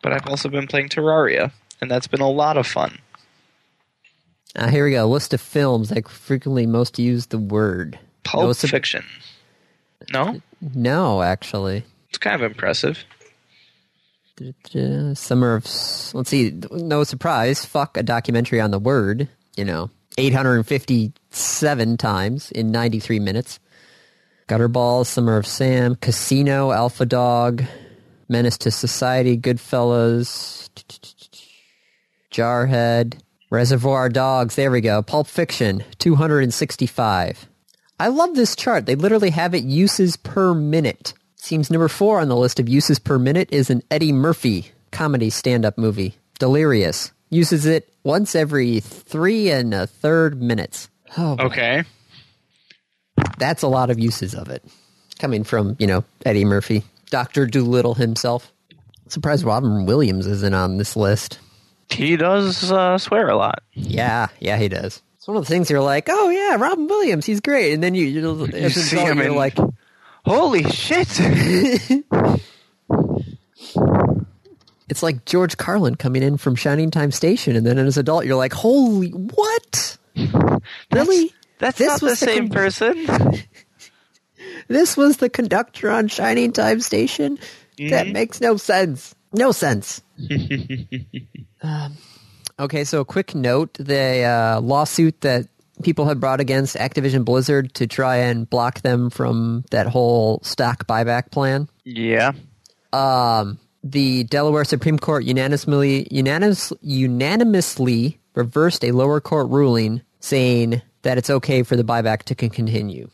But I've also been playing Terraria, and that's been a lot of fun.
Uh, here we go. List of films that frequently most use the word.
Pulp
no, it's a-
Fiction. No?
no, actually.
It's kind of impressive.
Uh, Summer of. S- Let's see. No surprise. Fuck a documentary on the word, you know. 857 times in 93 minutes. Gutterball, Summer of Sam, Casino, Alpha Dog, Menace to Society, Goodfellas, Jarhead, Reservoir Dogs. There we go. Pulp Fiction, 265. I love this chart. They literally have it uses per minute. Seems number four on the list of uses per minute is an Eddie Murphy comedy stand-up movie, Delirious. Uses it once every three and a third minutes. Oh,
Okay.
that's a lot of uses of it coming from you know Eddie Murphy, Doctor Doolittle himself. Surprised Robin Williams isn't on this list.
He does uh, swear a lot.
Yeah, yeah, he does. It's one of the things you're like, oh yeah, Robin Williams, he's great, and then you you, as an
see
adult,
him
you're
in-
like,
*laughs* Holy shit!
It's like George Carlin coming in from Shining Time Station, and then as an adult, you're like, holy, what? Really?
That's
This
not
was
the
the
same
com- *laughs*
person.
This was the conductor on Shining Time Station? That makes no sense. No sense. um, okay, so a quick note the uh, lawsuit that people had brought against Activision Blizzard to try and block them from that whole stock buyback plan.
yeah.
um, the Delaware Supreme Court unanimously unanimous, unanimously reversed a lower court ruling saying that it's okay for the buyback to con- continue.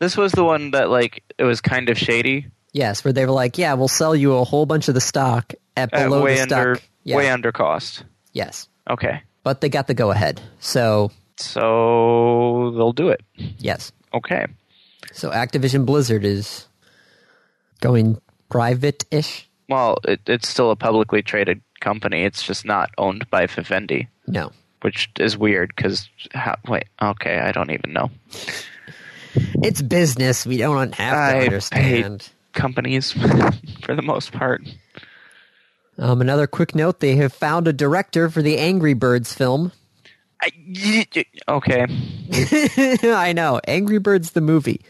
This was the one that like it was kind of shady.
Yes, where they were like, "Yeah, we'll sell you a whole bunch of the stock at
Uh,
below
way
the
under
stock." Yeah.
way under cost.
Yes,
Okay.
but they got the go ahead. So
So they'll do it.
yes,
Okay.
so Activision Blizzard is going private ish.
Well, it, it's still a publicly traded company. It's just not owned by Vivendi,
No,
which is weird because wait, okay, I don't even know.
it's business. We don't have to
I
understand.
hate companies *laughs* for the most part.
Um, another quick note: they have found a director for the Angry Birds film.
I, y- y- okay,
*laughs* I know. Angry Birds the movie.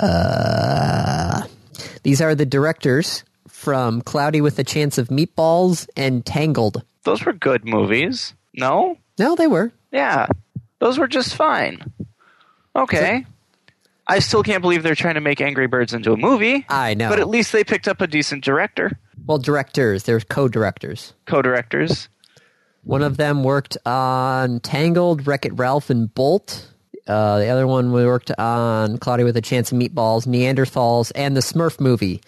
Uh, these are the directors from Cloudy with a Chance of Meatballs and Tangled.
those were good movies. No,
No, they were.
yeah, those were just fine. Okay, I still can't believe they're trying to make Angry Birds into a movie.
I know.
But at least they picked up a decent director,
well, directors. They're co-directors.
co-directors.
One of them worked on Tangled, Wreck It Ralph, and Bolt. Uh, the other one we worked on Cloudy with a Chance of Meatballs, Neanderthals, and the Smurf movie.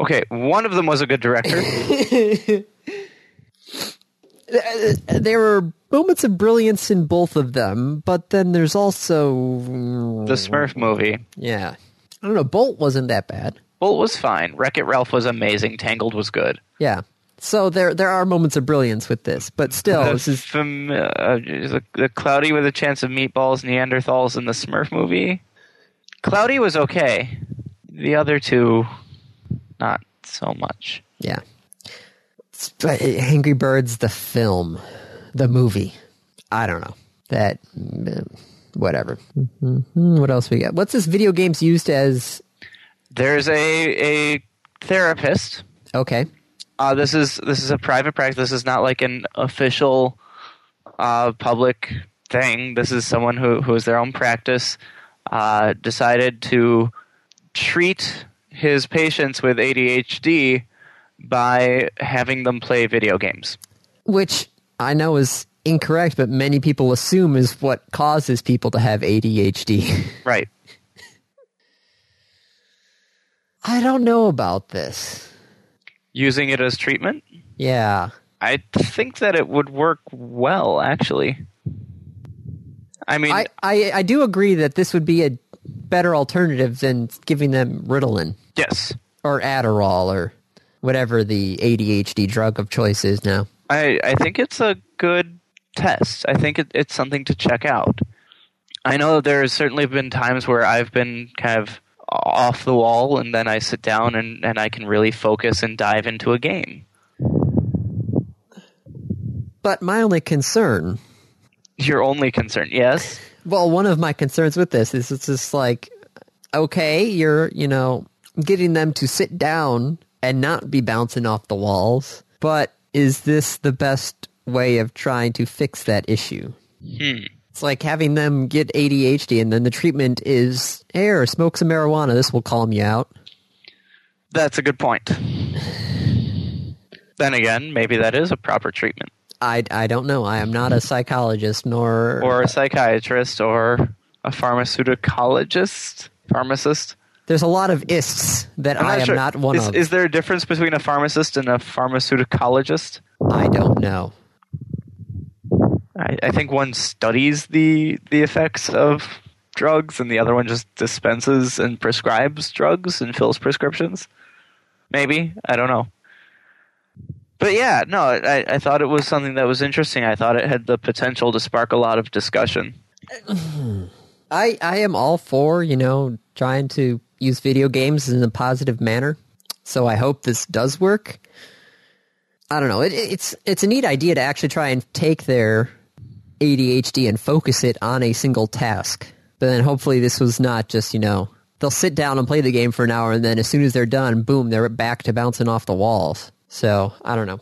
Okay, one of them was a
*laughs*
good director.
There were moments of brilliance in both of them, but then there's also
the Smurf movie.
Yeah. I don't know. Bolt wasn't that bad.
Bolt was fine. Wreck It Ralph was amazing. Tangled was good.
Yeah. So there there are moments of brilliance with this, but
*laughs*
still,
the,
Oh, this is
fam- uh, the, the Cloudy with a Chance of Meatballs, Neanderthals, and the Smurf movie. Cloudy was okay. The other two, not so much.
yeah. It's- But Angry Birds the film, the movie. I don't know. That mm, whatever. Mhm. What else we got? What's this video games used as
There's a a therapist.
Okay.
Uh, this is this is a private practice. This is not like an official uh, public thing. This is someone who who is their own practice. Uh, decided to treat his patients with ADHD by having them play video games.
Which I know is incorrect, but many people assume is what causes people to have ADHD.
Right.
*laughs* I don't know about this.
Using it as treatment.
Yeah.
I think that it would work well, actually. I mean,
I, I, I do agree that this would be a better alternative than giving them Ritalin
yes.
or Adderall or whatever the ADHD drug of choice is now.
I, I think it's a good test. I think it, it's something to check out. I know there's certainly been times where I've been kind of off the wall, and then I sit down and, and I can really focus and dive into a game.
But my only concern,
Your only concern, yes?
well, one of my concerns with this is it's just like, okay, you're, you know, getting them to sit down and not be bouncing off the walls, but is this the best way of trying to fix that issue?
Hmm.
It's like having them get ADHD, and then the treatment is air, smoke some marijuana. This will calm you out.
That's a good point. Then again, maybe that is a proper treatment,
I, I don't know. I am not a psychologist, nor
or a psychiatrist, or a pharmaceuticalist, pharmacist.
there's a lot of ists that I am
sure.
not one
is,
of.
Is there a difference between a pharmacist and a pharmaceuticalist?
I don't know.
I, I think one studies the the effects of drugs, and the other one just dispenses and prescribes drugs and fills prescriptions. Maybe I don't know. But yeah, no, I, I thought it was something that was interesting. I thought it had the potential to spark a lot of discussion.
I I am all for you know trying to use video games in a positive manner. So I hope this does work. I don't know. It, it's it's a neat idea to actually try and take their ADHD and focus it on a single task. But then hopefully this was not just you know they'll sit down and play the game for an hour and then as soon as they're done, boom, they're back to bouncing off the walls. So I don't know.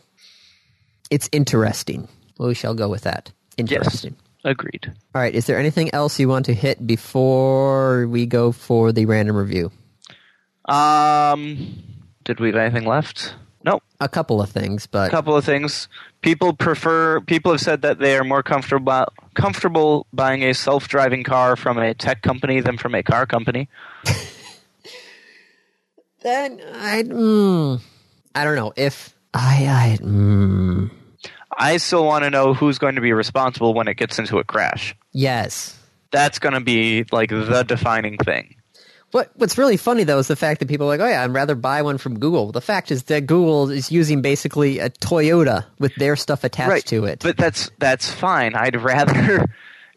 It's interesting. We shall go with that. Interesting.
Agreed.
All right. Is there anything else you want to hit before we go for the random review?
Um, did we have anything left? Nope.
A couple of things,
A
but
couple of things. People prefer. People have said that they are more comfortable comfortable buying a self driving car from a tech company than from a car company.
then I, mm, I don't know if I, I, mm,
I still want to know who's going to be responsible when it gets into a crash.
yes.
That's going to be like the defining thing.
What What's really funny though is the fact that people are like, oh yeah, I'd rather buy one from Google. The fact is that Google is using basically a Toyota with their stuff attached to it.
But that's that's fine. I'd *laughs* rather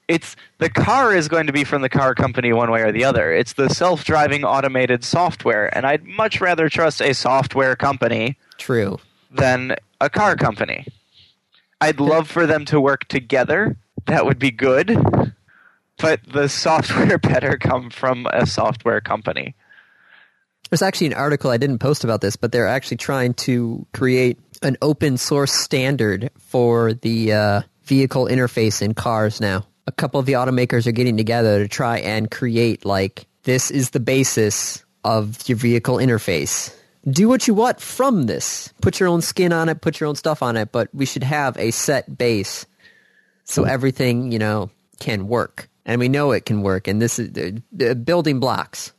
it's the car is going to be from the car company one way or the other. It's the self-driving automated software, and I'd much rather trust a software company
True.
than a car company. I'd love for them to work together. That would be good. But the *laughs* software better come from a software company.
There's actually an article I didn't post about this, but they're actually trying to create an open source standard for the uh, vehicle interface in cars now. A couple of the automakers are getting together to try and create like this is the basis of your vehicle interface. Do what you want from this. Put your own skin on it, put your own stuff on it, but we should have a set base so everything, you know, can work. And we know it can work and this is the building blocks.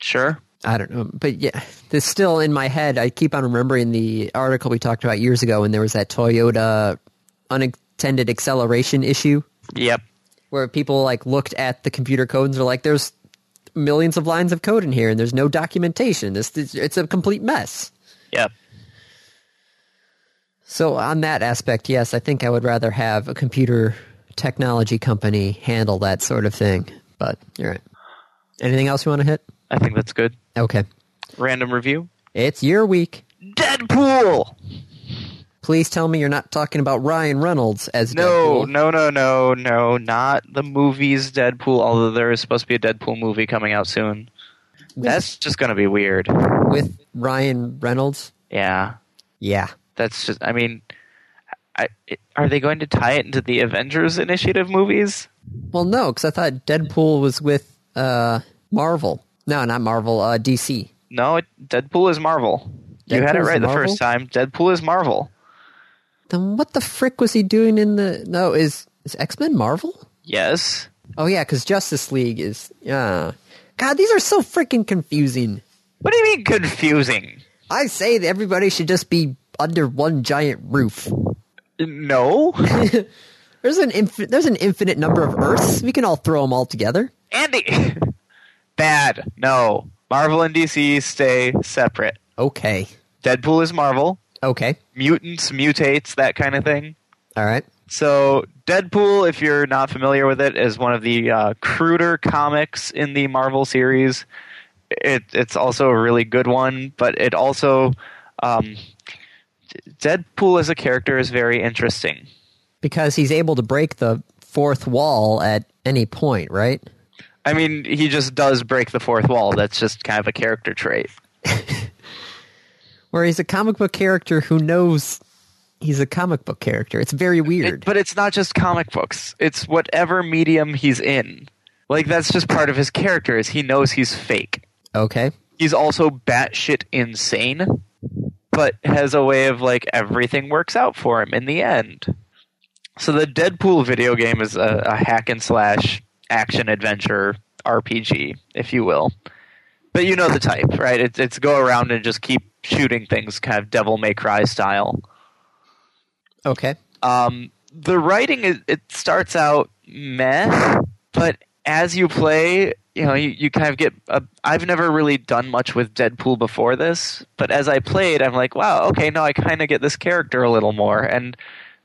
Sure.
I don't know, but yeah, this still in my head. I keep on remembering the article we talked about years ago when there was that Toyota unintended acceleration issue
Yep.
where people like looked at the computer code and they're like, "There's millions of lines of code in here, and there's no documentation. This, this it's a complete mess."
Yep.
So on that aspect, yes, I think I would rather have a computer technology company handle that sort of thing. But you're right. Anything else you want to hit?
I think that's good.
Okay,
Random review.
it's your week.
Deadpool.
Please tell me you're not talking about Ryan Reynolds as
No,
Deadpool.
no, no, no, no, not the movies Deadpool, although there is supposed to be a Deadpool movie coming out soon. That's just going to be weird.
with Ryan Reynolds.
Yeah.
Yeah,
That's just, I mean, I, are they going to tie it into the Avengers Initiative movies?
well, no, because I thought Deadpool was with uh, Marvel. No, not Marvel. Uh, DC.
No, it, Deadpool is Marvel. you had
Deadpool
it
is
right the
Marvel?
first time. Deadpool is Marvel.
Then what the frick was he doing in the? No, is is X Men Marvel?
Yes.
Oh yeah, because Justice League is. Yeah, God, these are so freaking confusing.
What do you mean confusing?
I say that everybody should just be under one giant roof.
No. *laughs*
There's an infi- there's an infinite number of Earths. We can all throw them all together.
Andy. *laughs* Bad. No. Marvel and DC stay separate.
Okay.
Deadpool is Marvel.
Okay.
mutants, mutates, that kind of thing.
All right.
So, Deadpool, if you're not familiar with it, is one of the uh, cruder comics in the Marvel series. It, it's also a really good one, but it also. Um, Deadpool as a character is very interesting.
because he's able to break the fourth wall at any point, right?
I mean, he just does break the fourth wall. That's just kind of a character trait.
Where he's a comic book character who knows he's a comic book character. It's very weird.
It- but it's not just comic books. It's whatever medium he's in. Like that's just part of his character. Is he knows he's fake.
okay.
he's also batshit insane, but has a way of like everything works out for him in the end. So the Deadpool video game is a, a hack and slash action adventure RPG, if you will. But you know the type, right? It's it's go around and just keep shooting things, kind of Devil May Cry style.
Okay.
Um, the writing is, it starts out meh, but as you play, you know, you, you kind of get. A, I've never really done much with Deadpool before this, but as I played, I'm like, wow, okay, no, I kind of get this character a little more, and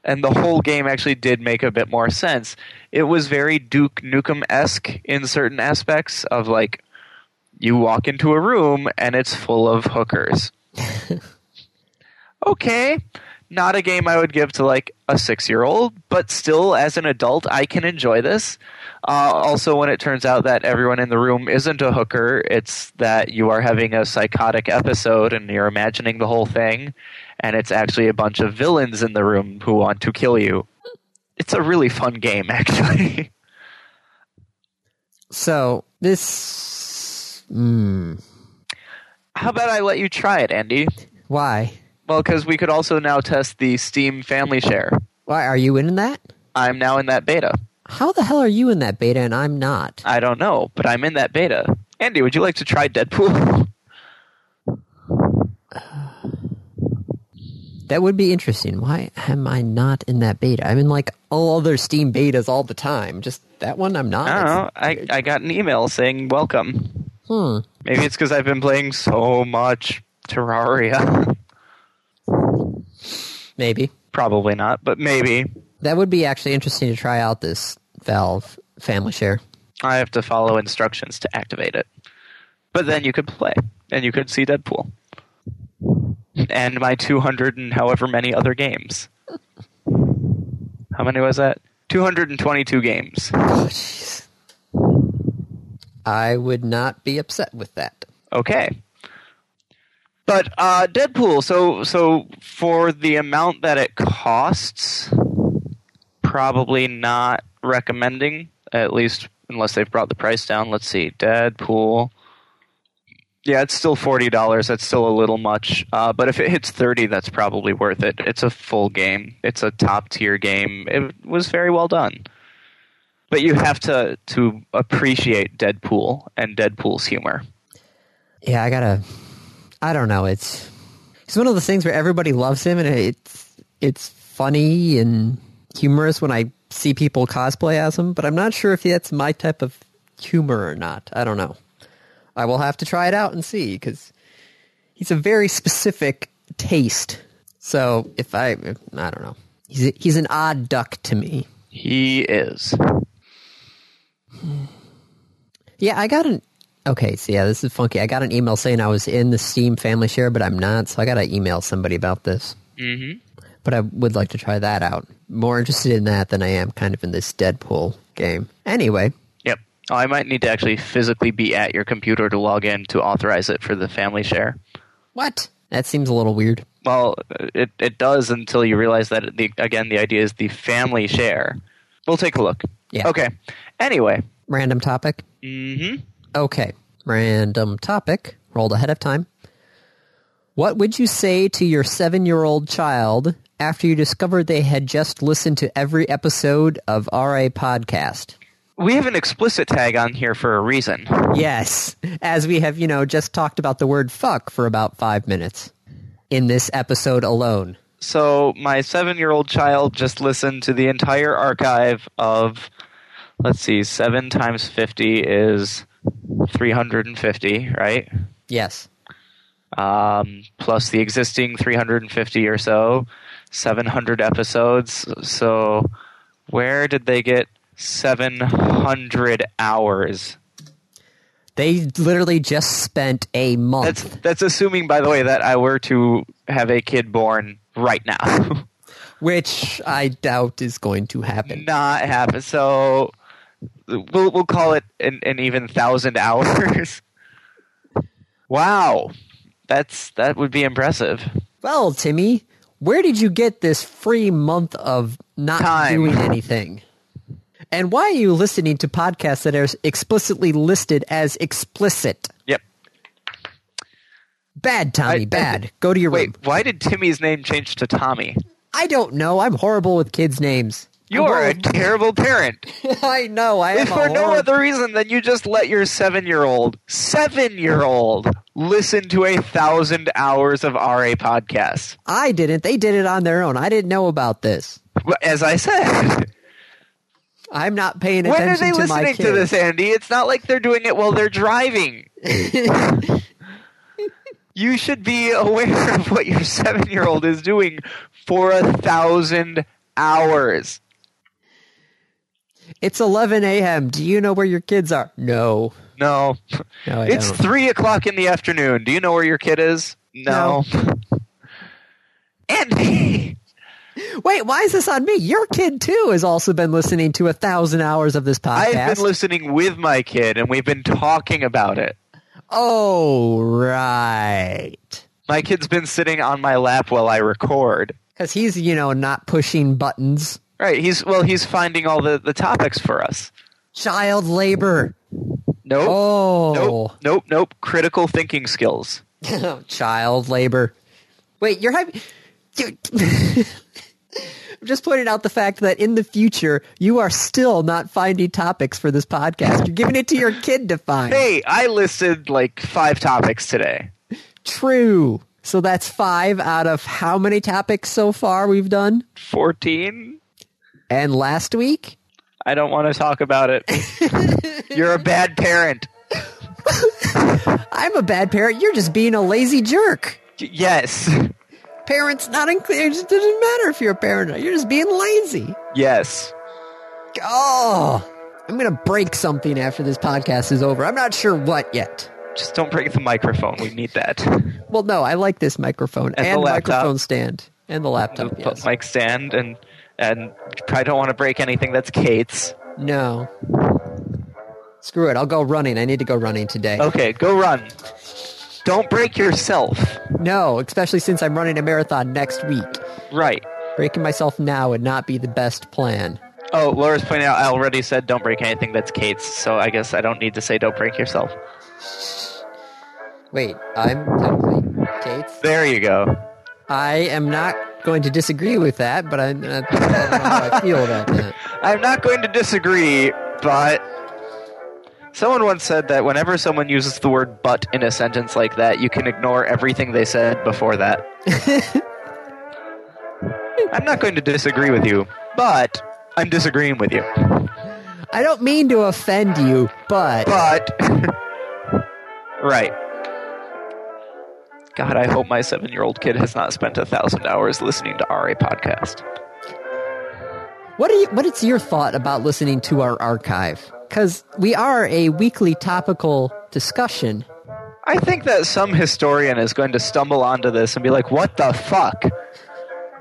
and the whole game actually did make a bit more sense. It was very Duke Nukem esque in certain aspects of like you walk into a room and it's full of hookers. okay, not a game I would give to like a six year old, but still, as an adult, I can enjoy this. Uh, also, when it turns out that everyone in the room isn't a hooker, it's that you are having a psychotic episode and you're imagining the whole thing, and it's actually a bunch of villains in the room who want to kill you. It's a really fun game, *laughs* actually.
So this. Mm,
How about I let you try it, Andy?
why?
Well, because we could also now test the Steam Family Share.
Why are you in that?
I'm now in that beta.
How the hell are you in that beta and I'm not?
I don't know, but I'm in that beta. Andy, would you like to try Deadpool?
That would be interesting. Why am I not in that beta? I'm in like all other Steam betas all the time. Just that one, I'm not.
I don't know. I, I got an email saying welcome.
Hmm.
Maybe it's because I've been playing so much Terraria. *laughs*
Maybe
Probably not, but maybe.
that would be actually interesting to try out this Valve Family Share.
I have to follow instructions to activate it. But then you could play, and you could see Deadpool. And my 200 and however many other games. How many was that? 222 games.
Oh, jeez. I would not be upset with that.
okay. But uh, Deadpool, so so for the amount that it costs, probably not recommending. At least unless they've brought the price down. Let's see, Deadpool. Yeah, it's still forty dollars. That's still a little much. Uh, but if it hits thirty, that's probably worth it. It's a full game. It's a top tier game. It was very well done. But you have to to appreciate Deadpool and Deadpool's humor.
Yeah, I gotta. I don't know. It's it's one of those things where everybody loves him, and it's it's funny and humorous when I see people cosplay as him. But I'm not sure if that's my type of humor or not. I don't know. I will have to try it out and see because he's a very specific taste. So if I, I don't know. He's he's an odd duck to me.
He is.
Yeah, I got an. Okay, so yeah, this is funky. I got an email saying I was in the Steam family share, but I'm not, so I got to email somebody about this.
Mm-hmm.
But I would like to try that out. More interested in that than I am kind of in this Deadpool game. Anyway,
Yep. Oh, I might need to actually physically be at your computer to log in to authorize it for the family share.
what? That seems a little weird.
Well, it it does until you realize that the again the idea is the family share. We'll take a look.
Yeah.
Okay. Anyway.
Random topic?
Mm-hmm.
Okay. Random topic, rolled ahead of time. What would you say to your seven year old child after you discovered they had just listened to every episode of RA Podcast?
We have an explicit tag on here for a reason.
Yes, as we have, you know, just talked about the word fuck for about five minutes in this episode alone.
So my seven-year-old child just listened to the entire archive of, let's see, seven times fifty is three hundred and fifty, right?
Yes.
um, plus the existing 350 or so, 700 episodes. So, where did they get 700 hours?
They literally just spent a month.
That's that's assuming, by the way, that I were to have a kid born right now. *laughs*
which I doubt is going to happen.
Not happen. So, we'll we'll call it an, an even thousand hours. *laughs* wow, that's that would be impressive.
Well, Timmy, where did you get this free month of not
Time.
doing anything? And why are you listening to podcasts that are explicitly listed as explicit?
Yep.
Bad, Tommy,
I-
bad. Go to your room.
Wait, why did Timmy's name change to Tommy?
I don't know. I'm horrible with kids' names.
You
I'm
are a
horrible-
terrible parent.
*laughs* I know. I am
If
a
for no
horrible-
other reason than you just let your seven year old, seven year old, listen to a thousand hours of RA podcasts.
I didn't. They did it on their own. I didn't know about this.
Well, As I
*laughs*
said,
I'm not paying
when
attention
are they
to my
listening
kids.
to this, Andy? It's not like they're doing it while
*laughs*
they're driving. you should be aware *laughs* of what your seven year old is doing for a thousand hours.
It's 11 a.m. Do you know where your kids are? No.
No,
No, I
it's
don't.
three o'clock in the afternoon. Do you know where your kid is? No. *laughs* Andy!
Wait, why is this on me? Your kid too has also been listening to a thousand hours of this podcast.
I've been listening with my kid, and we've been talking about it.
oh right,
My kid's been sitting on my lap while I record.
because he's you know not pushing buttons.
Right. He's well. He's finding all the, the topics for us.
Child labor.
Nope.
Oh,
Nope. Nope. Nope. Critical thinking skills.
*coughs* child labor. Wait, you're having. you- I'm *laughs* just pointing out the fact that in the future you are still not finding topics for this podcast. You're giving it to your kid to find.
Hey, I listed like five topics today.
True. So that's five out of how many topics so far we've done?
Fourteen.
And last week?
I don't want to talk about it.
*laughs*
You're a bad parent.
I'm a bad parent. You're just being a lazy jerk.
Y- Yes.
Parents not included. It just doesn't matter if you're a parent or not. You're just being lazy.
Yes.
Oh, I'm going to break something after this podcast is over. I'm not sure what yet.
Just don't break the microphone. We need that.
Well, no, I like this microphone and,
the laptop.
microphone stand and the laptop.
Put
Yes.
mic stand and and I don't want to break anything that's Kate's.
No. Screw it. I'll go running. I need to go running today.
Okay, go run. Don't break yourself.
No, especially since I'm running a marathon next week.
Right.
Breaking myself now would not be the best plan.
Oh, Laura's pointing out I already said don't break anything that's Kate's, so I guess I don't need to say don't break yourself.
Wait, I'm totally Kate's.
There you go.
I am not going to disagree with that, but I, I don't know how I feel about that.
I'm not going to disagree, but someone once said that whenever someone uses the word but in a sentence like that, you can ignore everything they said before that. I'm not going to disagree with you, but I'm disagreeing with you.
I don't mean to offend you, but
But *laughs* right. God, I hope my seven-year-old kid has not spent a thousand hours listening to RA podcast.
what are you, what is your thought about listening to our archive? Because we are a weekly topical discussion.
I think that some historian is going to stumble onto this and be like, "What the fuck?"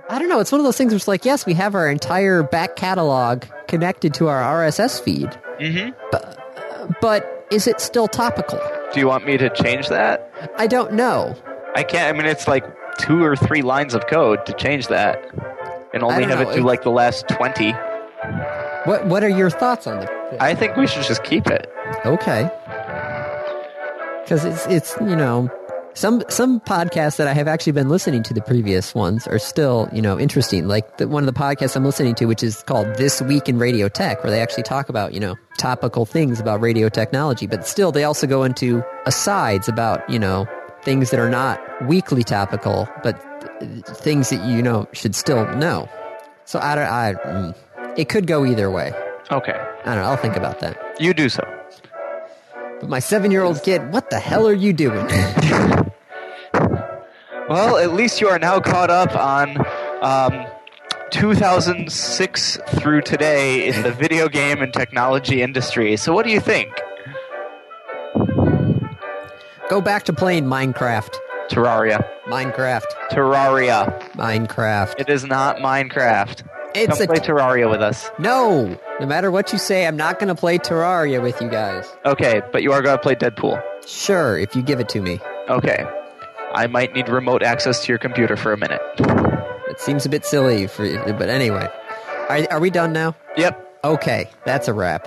I don't know. It's one of those things where it's like, yes, we have our entire back catalog connected to our RSS feed. Mm-hmm. But, but is it still topical?
Do you want me to change that?
I don't know.
I can't. I mean, it's like two or three lines of code to change that, and only
don't
have
know.
it do
It-
like the last twenty.
What What are your thoughts on it?
I think we should just keep it.
Okay. Because it's it's you know some some podcasts that I have actually been listening to the previous ones are still you know interesting. Like the, one of the podcasts I'm listening to, which is called This Week in Radio Tech, where they actually talk about you know topical things about radio technology, but still they also go into asides about you know things that are not weekly topical, but th- things that you know should still know. So I don't. I mm, it could go either way.
Okay,
I don't know. I'll think about that.
you do so.
But my seven year old kid, what the hell are you doing?
Well, at least you are now caught up on um, 2006 through today in the video game and technology industry. So, what do you think?
Go back to playing Minecraft.
Terraria.
Minecraft.
Terraria.
Minecraft.
It is not Minecraft.
It's
Come
a
play Terraria with us.
no. No matter what you say, I'm not going to play Terraria with you guys.
Okay, but you are going to play Deadpool.
Sure, if you give it to me.
Okay. I might need remote access to your computer for a minute.
It seems a bit silly for you, but anyway. Are, are we done now?
Yep.
Okay, that's a wrap.